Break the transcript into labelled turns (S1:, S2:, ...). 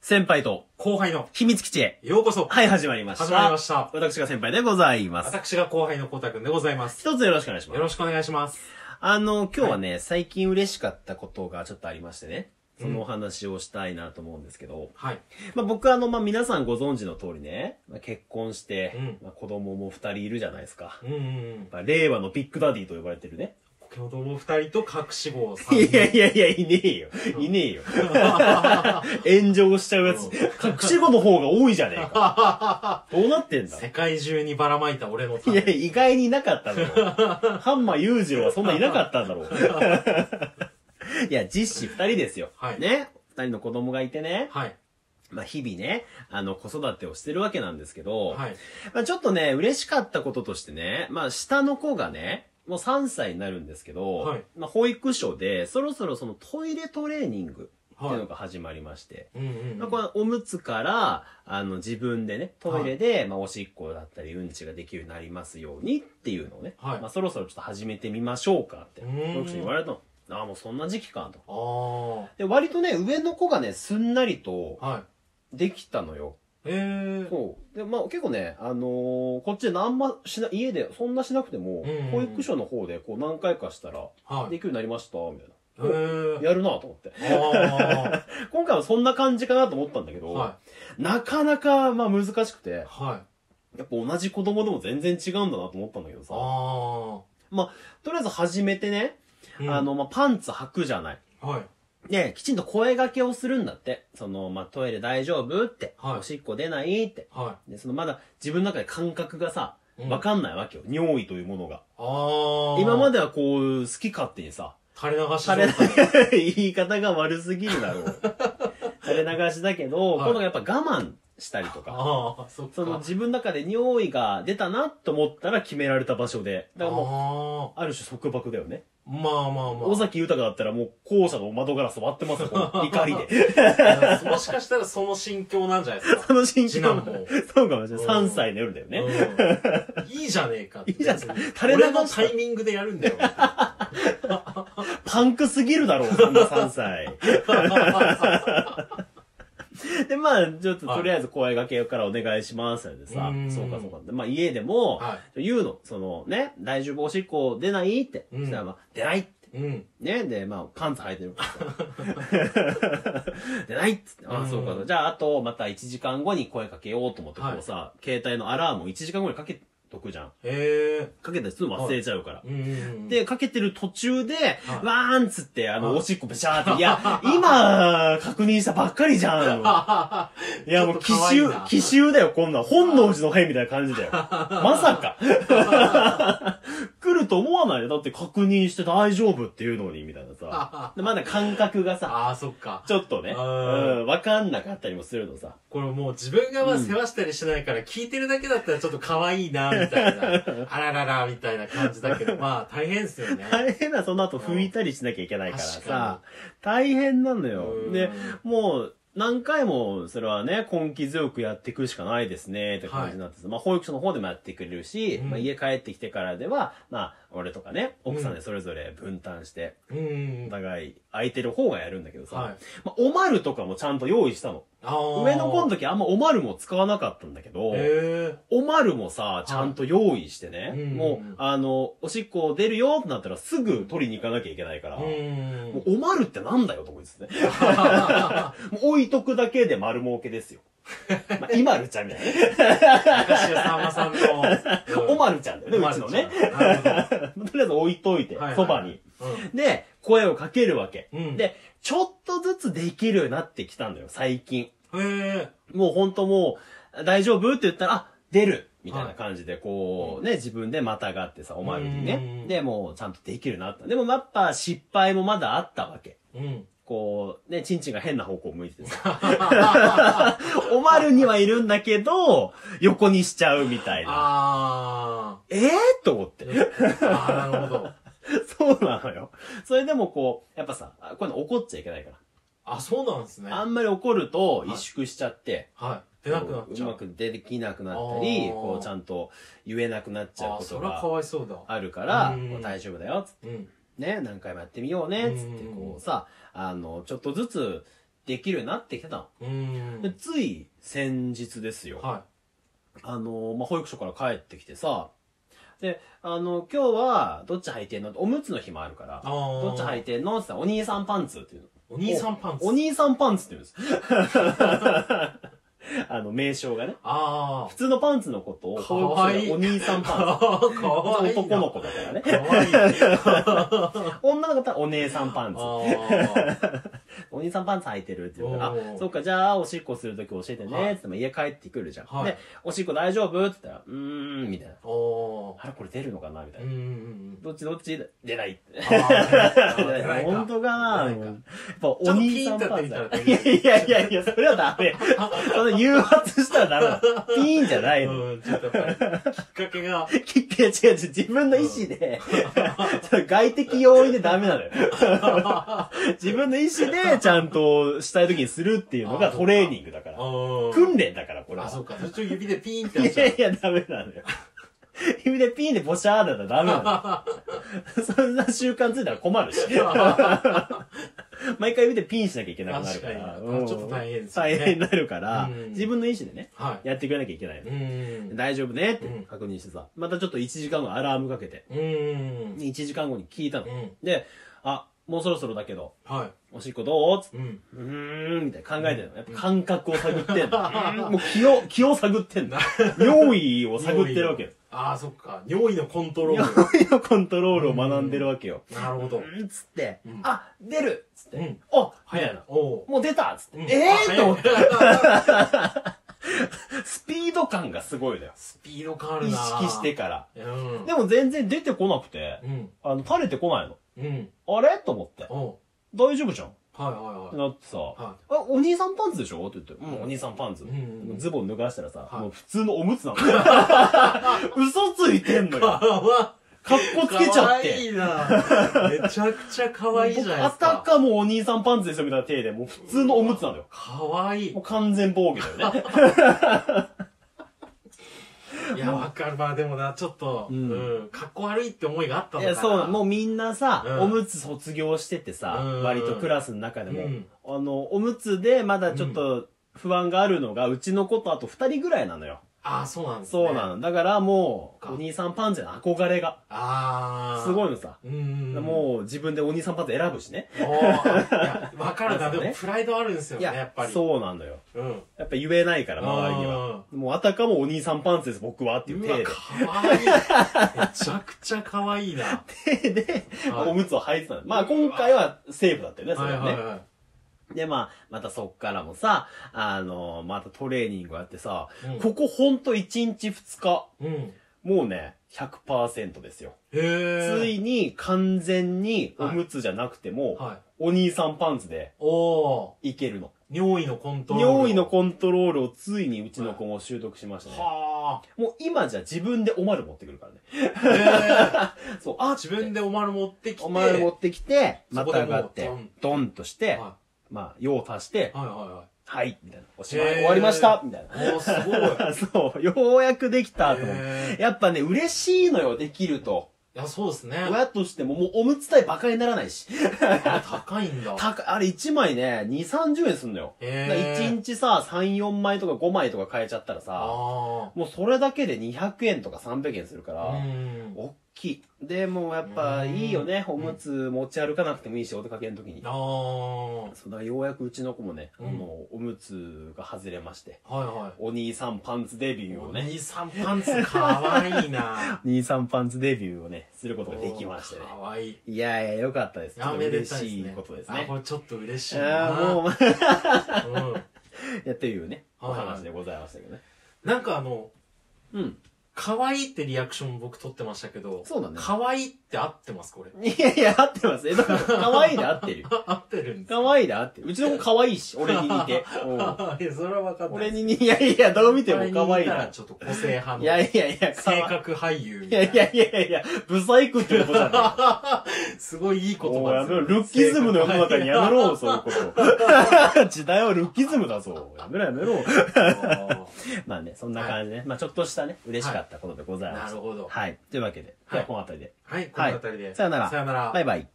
S1: 先輩と
S2: 後輩の、
S1: 秘密基地へ。
S2: ようこそ、
S1: はい、始まりました。
S2: 始まりました。
S1: 私が先輩でございます。
S2: 私が後輩のこうたくんでございます。
S1: 一つよろしくお願いしま
S2: よ
S1: す。
S2: ろしくお願いします。
S1: あの、今日はね、最近嬉しかったことがちょっとありましてね。そのお話をしたいなと思うんですけど、
S2: はい。
S1: まあ、僕はあの、まあ、皆さんご存知の通りね、まあ、結婚して、
S2: うん
S1: まあ、子供も二人いるじゃないですか。
S2: うんうんうん。
S1: まあ令和のビッグダディと呼ばれてるね。
S2: 子供二人と隠し子さん。
S1: いやいやいや、いねえよ。いねえ よ。炎上しちゃうやつ
S2: うん。
S1: 隠し子の方が多いじゃねえか。どうなってんだ
S2: 世界中にばらまいた俺のた
S1: いや
S2: め、
S1: 意外にいなかったんだ ろう。ハンマー裕次郎はそんないなかったんだろう。 いや、実子二人ですよ。
S2: はい
S1: ね。二人の子供がいてね。
S2: はい。
S1: まあ、日々ね、あの、子育てをしてるわけなんですけど、
S2: はい。
S1: まあ、ちょっとね、嬉しかったこととしてね、まあ、下の子がね、もう3歳になるんですけど、
S2: はい
S1: まあ、保育所で、そろそろそのトイレトレーニングっていう
S2: は
S1: の
S2: い。
S1: が始まりまして、
S2: うんうんう
S1: まあ、
S2: ん。
S1: これおむつから、あの、自分でね、トイレで、まあ、おしっこだったり、うんちができるようになりますようにっていうのをね、
S2: はい
S1: まあ、そろそろちょっと始めてみましょうかって、
S2: うーん
S1: 保育所に言われたの。ああ、もうそんな時期かと。
S2: ああ。は
S1: で、割とね、上の子がね、すんなりと
S2: い。
S1: できたのよ。
S2: えー。
S1: そう。で、まあ結構ね、あのーこっちで何ましな、家でそんなしなくても、
S2: うんうん
S1: 保育所の方でこう何回かしたら、
S2: は
S1: で
S2: い。
S1: きるようになりました、みたい
S2: えー
S1: な。。やるなと思って。
S2: あ
S1: 今回はそんな感じかなと思ったんだけ
S2: あ。
S1: ど、
S2: は
S1: なかなか、まあ難しくて
S2: い。、はい。
S1: やっぱ同じ子供でも全然違うんだなと思ったんだけど
S2: あ
S1: さ、
S2: あ。
S1: とりあえず始めてね、
S2: うん
S1: あ、の、まあパンツ履くじゃない。
S2: はい。
S1: で、きちんと声掛けをするんだって。その、まあトイレ大丈夫って、
S2: はい
S1: おしっこ出ないって。
S2: は
S1: で、そのまだ自分の中で感覚がさ、
S2: い。うん
S1: わかんないわけよ。尿意というものが。
S2: ああ。
S1: 今ま
S2: で。
S1: ではこう、好き勝手にさ、
S2: 垂れ流し
S1: 垂れ
S2: 状態。
S1: 流し、 言い方が悪すぎるだろう。垂れ流しだけど、
S2: はい
S1: 今度はやっぱ我慢したりとか、
S2: ああ、そっか。
S1: その自分の中で尿意が出たなと思ったら決められた場所で、だからもう、
S2: あ
S1: ある種束縛だよね。
S2: あ。まあまあまあ。
S1: 尾崎豊だったらもう校舎の窓ガラス割ってますよ、こ の怒りで。
S2: いやもしかしたらその心境なんじゃないですか。
S1: その心
S2: 次
S1: 境
S2: 男も。
S1: そうかもしれない。
S2: うん
S1: 3歳の夜だよね。
S2: うんいいじゃねえかって。
S1: いいじゃん垂れ流
S2: 俺
S1: し
S2: のタイミングでやるんだよ。
S1: パンクすぎるだろう、そんな3歳。 で、まあ、ちょっと、
S2: はい
S1: とりあえず声掛けからお願いしますでさ
S2: う、ーん
S1: そうかそうかって。まあ、家でも、
S2: は
S1: 言うの、そのね、大丈夫おしっこ出ないって。
S2: うん
S1: そしたら、まあ、出ないって。
S2: い。うん。
S1: ね、で、まあ、パンツ履いてる から さ。出ないっつって。あ
S2: う
S1: あ、
S2: ん
S1: そうか。じゃあ、あと、また1時間後に声かけようと思って、こ
S2: は
S1: う
S2: い
S1: さ、携帯のアラームを1時間後にかけとくじゃん。
S2: へえ。
S1: かけたりするの忘れちゃうから。
S2: うんうんうん。
S1: で、かけてる途中で、
S2: はい
S1: わーんっつって、あ
S2: は
S1: の、
S2: い
S1: おしっこべしゃーって、いや、今、確認したばっかりじ ゃん。いや、もう、奇
S2: ちょっと可愛い
S1: 襲
S2: な、
S1: 奇襲だよ、こんなん。本能寺の変みたいな感じ だよ。まさか。来ると思わないよ。だって確認して大丈夫っていうのに、みたいなさ。でまだ感覚がさ、
S2: ああ、そっか。
S1: ちょっとね、う
S2: うん
S1: ん、わかんなかったりもするのさ。
S2: これもう自分がまあ世話したりしないから聞いてるだけだったらちょっと可愛いな、みたいな。あららら、みたいな感じだ けど、まあ大変ですよね。
S1: 大変な、その後拭いたりしなきゃいけないから
S2: 確か
S1: さ。大変なのよ
S2: う。ん
S1: で、もう、何回も、それはね、根気強くやっていくしかないですね、って感じになってさまあ、保育所の方でもやってくれるし、
S2: うん
S1: まあ、家帰ってきてからでは、まあ、俺とかね、奥さんでそれぞれ分担して、
S2: うんうん
S1: お。互い空いてる方がやるんだけどさ、
S2: はい。
S1: まあ、おまるとかもちゃんと用意したの。
S2: ああ。
S1: 上の子の時あんまおまるも使わなかったんだけど、
S2: へ
S1: おまるもさ、ちゃんと用意してね、
S2: はいうん
S1: もう、あの、おしっこ出るよってなったらすぐ取りに行かなきゃいけないから、
S2: え。うん
S1: も。う おまるってなんだよと思いですね。もう置いとくだけで丸儲け ですよ。まあ、イマルちゃんみたいなね。
S2: 昔はさんまさんの。うん
S1: おまるちゃんだよね、うちのね。。
S2: なるほど
S1: とりあえず置いといて
S2: はいは、い
S1: そばに。
S2: うん
S1: で、声をかけるわけ。
S2: うん
S1: で、ちょっとずつできるようになってきたんだよ、最近。
S2: へえ。
S1: もうほんともう、大丈夫って言ったら、あ、出るみたいな感じで、こう、ね、自分でまたがってさ、おまるに
S2: うんう
S1: ね
S2: ん。
S1: で、もうちゃんとできるようになった。でもやっぱ失敗もまだあったわけ。
S2: うん。
S1: こう、ね、ちんちんが変な方向向いててさ。 おまるにはいるんだけど、横にしちゃうみたいな。
S2: あ
S1: えー、と思って
S2: ー。。あー、なるほど。
S1: そうなのよ。それでもこう、やっぱさ、あこういうの怒っちゃいけないから。
S2: あ、そうなんですね。
S1: あ
S2: はい。
S1: んまり怒ると萎縮しちゃって、
S2: 出なくなっちゃ
S1: う
S2: う。
S1: まくできなくなったり、
S2: あー
S1: こうちゃんと言えなくなっちゃう
S2: あー、
S1: こ
S2: そ
S1: と
S2: れは
S1: が
S2: かわいそうだ。
S1: あるから、
S2: うん
S1: こう大丈夫だよ、つって
S2: うん。
S1: ね、何回もやってみようね、つって
S2: うん
S1: こうさ、あの、ちょっとずつできるようになってきてたの。
S2: うーん。
S1: でつい先日ですよ。
S2: は
S1: あの、まあ、保育所から帰ってきてさ、で、あの、今日は、どっち履いてんのっておむつの日もあるから
S2: い。、あ
S1: どっち履
S2: い
S1: いてんのって言ったら、お兄さんパンツっていうの。
S2: お兄さんパンツ。
S1: お兄さんパンツって言うんです。 あの、名称がね。
S2: あ
S1: 普通のパンツのことを、
S2: かわいい
S1: 保育所でお兄さん
S2: あ。
S1: パンツ。
S2: かわいいな。
S1: 男の子だから ね。
S2: かわいい。あ
S1: 女の子だったらお姉さんパンツ。
S2: ー
S1: お兄さんパンツ履いてるって言うから、あ
S2: おー、
S1: そっか、じゃあ、おしっこするとき教えてね、
S2: はい
S1: って言って家帰ってくるじゃん。
S2: はい
S1: で、おしっこ大丈夫って言ったら、うーん、みたいな。
S2: お
S1: あれ、これ出るのかなみた
S2: ー
S1: いうな。
S2: ん。
S1: どっちどっち出ないって。本
S2: 本
S1: 当かな
S2: 出ないか
S1: やっぱお兄さんパンツ
S2: ちょっと
S1: だ。
S2: ピーン
S1: いやいやいやいや、それはダメ。その誘発したらダメだ。ピーンじゃないの。
S2: うん、ちょっとやっぱり、きっかけが、
S1: きっかけ違う違う、自分の意思で、その外的要因でダメなのよ。自分の意思でちゃんとしたい時にするっていうのが
S2: あー
S1: トレーニングだから。
S2: 訓
S1: 訓練だから、これは
S2: あ、。そうか。途中指でピーンってやっ
S1: い
S2: ちゃ
S1: や
S2: う。
S1: いや、ダメなのよ。指でピンでボシャーだったらダメなのよ。そんな習慣ついたら困るし。毎回指でピンしなきゃいけなくなるから。
S2: 確かに
S1: うん
S2: ちょっと大変ですよね
S1: 大変になるから
S2: うん、
S1: 自分の意思でね、
S2: は
S1: やってくれなきゃいけない
S2: い。う
S1: の。
S2: ん。
S1: 大丈夫ねって
S2: うん
S1: 確認してさ、またちょっと1時間後アラームかけて、
S2: うん。
S1: 1時間後に聞いたの
S2: う。ん。
S1: で、あ、もうそろそろだけど、
S2: は
S1: おしっこどうつって
S2: い。うん。
S1: うーん、みたいな考えてるの。やっぱ感覚を探ってんの。うーんもう気を、気を探ってんの。尿意を探ってるわけよ。
S2: ああ、そっか。尿意のコントロール。
S1: 尿意のコントロールを学んでるわけよ。
S2: なるほど。
S1: うん、つって
S2: うん、
S1: あ、出るつっ
S2: う
S1: て
S2: ん、
S1: お早いな。
S2: おう。
S1: もう出たつって、
S2: うん
S1: ええ
S2: あ
S1: と思って、
S2: 早い
S1: スピード感がすごいだよ。
S2: スピード変わ
S1: 意
S2: るな
S1: 識して。から。
S2: うん。
S1: でも全然出てこなくて、
S2: うん。
S1: あの、垂れてこないの。
S2: うん。
S1: あれと思って。
S2: おう。
S1: 大丈夫じゃんっ
S2: はい
S1: て
S2: は
S1: なってさ、
S2: いはい。は
S1: あ、お兄さんパンツでしょって言って、うん、お兄さんパンツ。
S2: うんうんうん
S1: ズボン脱がしたらさ、
S2: はい
S1: もう普通のおむつなの。 嘘ついてんの
S2: い。
S1: よ。
S2: かわ
S1: かっこつけちゃっ
S2: かわい
S1: て。
S2: いなめちゃくちゃかわいいじゃないで
S1: あ
S2: す
S1: た
S2: か。
S1: かもお兄さんパンツですよみたいな体で、もう普通のおむつなのよ。
S2: かわいい
S1: も。う完全防御 だよね。
S2: いや、わかる。まあでもな、ちょっと、
S1: う
S2: うんん。かっこ悪いって思いがあったの
S1: い
S2: かな。
S1: や、そうなの、もうみんなさ、
S2: うん
S1: おむつ卒業しててさ、
S2: うん
S1: 割とクラスの中でも、
S2: うん
S1: あの、おむつでまだちょっと不安があるのが、うちの子とあと二人ぐらいなのよ。
S2: ああ、そうなんですね。
S1: そうな
S2: の。
S1: の。だからもう、
S2: か
S1: お兄さんパンツへの憧れが、
S2: ああ。
S1: すご
S2: い。
S1: いのさ。
S2: うん。
S1: もう自分でお兄さんパンツ選ぶしね。
S2: おーいやわかるな。
S1: そう
S2: で
S1: ね
S2: も、プライドあるんですよ
S1: い
S2: ね、やっぱり。
S1: そうなんだよ。
S2: う。うん。
S1: やっぱ言えないから、周りには。もうあたかもお兄さんパンツです、僕はっていうう
S2: わ、
S1: 体で。
S2: かわいい。めちゃくちゃかわいいな。
S1: 手で、
S2: はい
S1: おむつを履いてたの。まあ今回はセーフだったよね、そ
S2: は
S1: れ
S2: い
S1: は
S2: はい
S1: ね。
S2: は
S1: で、まあ、またそっからもさ、あの、またトレーニングやってさ、
S2: うん
S1: ここほんと1日2日、
S2: い。うん。
S1: もうね、100%ですよ。
S2: へえ。
S1: ついに完全におむつじゃなくても、
S2: はい。
S1: お兄さんパンツで
S2: おお
S1: いけるの。
S2: ー。尿意のコントロール。
S1: 尿意のコントロールをついにうちの子も習得しましたね。
S2: は
S1: もう今じゃ自分でおまる持ってくるからね。
S2: あ。へえ。
S1: そう、あ
S2: 自分でおまる持ってきて。
S1: おまる持ってきて、
S2: そ
S1: ま
S2: こで
S1: た
S2: もう
S1: 上がって
S2: ドン、
S1: ドンとして、
S2: は
S1: まあ、用を足して
S2: い、はいは
S1: はい、みたいな。おしまい、
S2: へー
S1: 終わりましたみたい
S2: いはい。おー、すごい。
S1: な。 そう、ようやくできたと思って。
S2: へえ。
S1: やっぱね、嬉しいのよ、できると。
S2: いや、そうですね。
S1: 親としてももうおむつ代バカにならないし。
S2: あ高いんだ。
S1: 高いあれ1枚ね、2、30円すんのよ。だから
S2: へえ。
S1: 1日さ、3、4枚とか5枚とか買えちゃったらさ、
S2: あ
S1: もうそれだけで200円とか300円するか
S2: あ。
S1: ら、
S2: うん。
S1: 大きい。で、もうやっぱいいよね。おむつ持ち歩かなくてもいいし、お出かけの時に
S2: あ。あ。はい
S1: そうだからようやくうちの子もね、
S2: うん
S1: あの、おむつが外れまして、
S2: は
S1: お兄さんパンツデビ
S2: い。
S1: ューを
S2: お
S1: ね、
S2: 兄さんパンツかわいいな。
S1: 兄さんパンツデビューをね、することができましたね
S2: お。かわいい。
S1: いやいや、よかったです。ちょ
S2: あ
S1: っと
S2: めで
S1: 嬉
S2: たいです
S1: し
S2: ね。
S1: いことです
S2: あ、
S1: ね
S2: こ。れちょっと嬉しいな。
S1: ああ、 もう、
S2: うん。
S1: やっていうね、お
S2: はいはい
S1: 話でございましたけどね。
S2: なんかあの、
S1: うん。
S2: 可愛いってリアクション僕取ってましたけど、
S1: そうだね。
S2: 可愛いって合ってます、これ。
S1: いやいや、合ってます。え、だから、可愛いで合ってる よ。
S2: 合ってるんです。
S1: 可愛いで合ってる。うちの子可愛いし、俺に似て。 うん
S2: いや、それは分かんない。
S1: 俺に似、いやいや、どう見ても可愛い
S2: た
S1: な。
S2: らちょっと個性派
S1: いや
S2: の
S1: いやいや、可愛
S2: 性
S1: い
S2: 格俳優み
S1: い
S2: た
S1: や
S2: いな。
S1: いやいやいや、ブサイクってことじゃない。
S2: すごいいい言
S1: お
S2: 葉
S1: や
S2: です
S1: め
S2: よ
S1: ろ、ルッキズムの世の中にやめろ、そういうこと。 時代はルッキズムだぞ。やめろやめろ。まあね、そんな感じでね。まあちょっとしたね、嬉しかったことでございま
S2: な
S1: す
S2: る。ほど。
S1: はい。というわけで、今日はこの辺りで。
S2: はい、この辺りで。
S1: さよなら
S2: さよなら。
S1: バイバイ。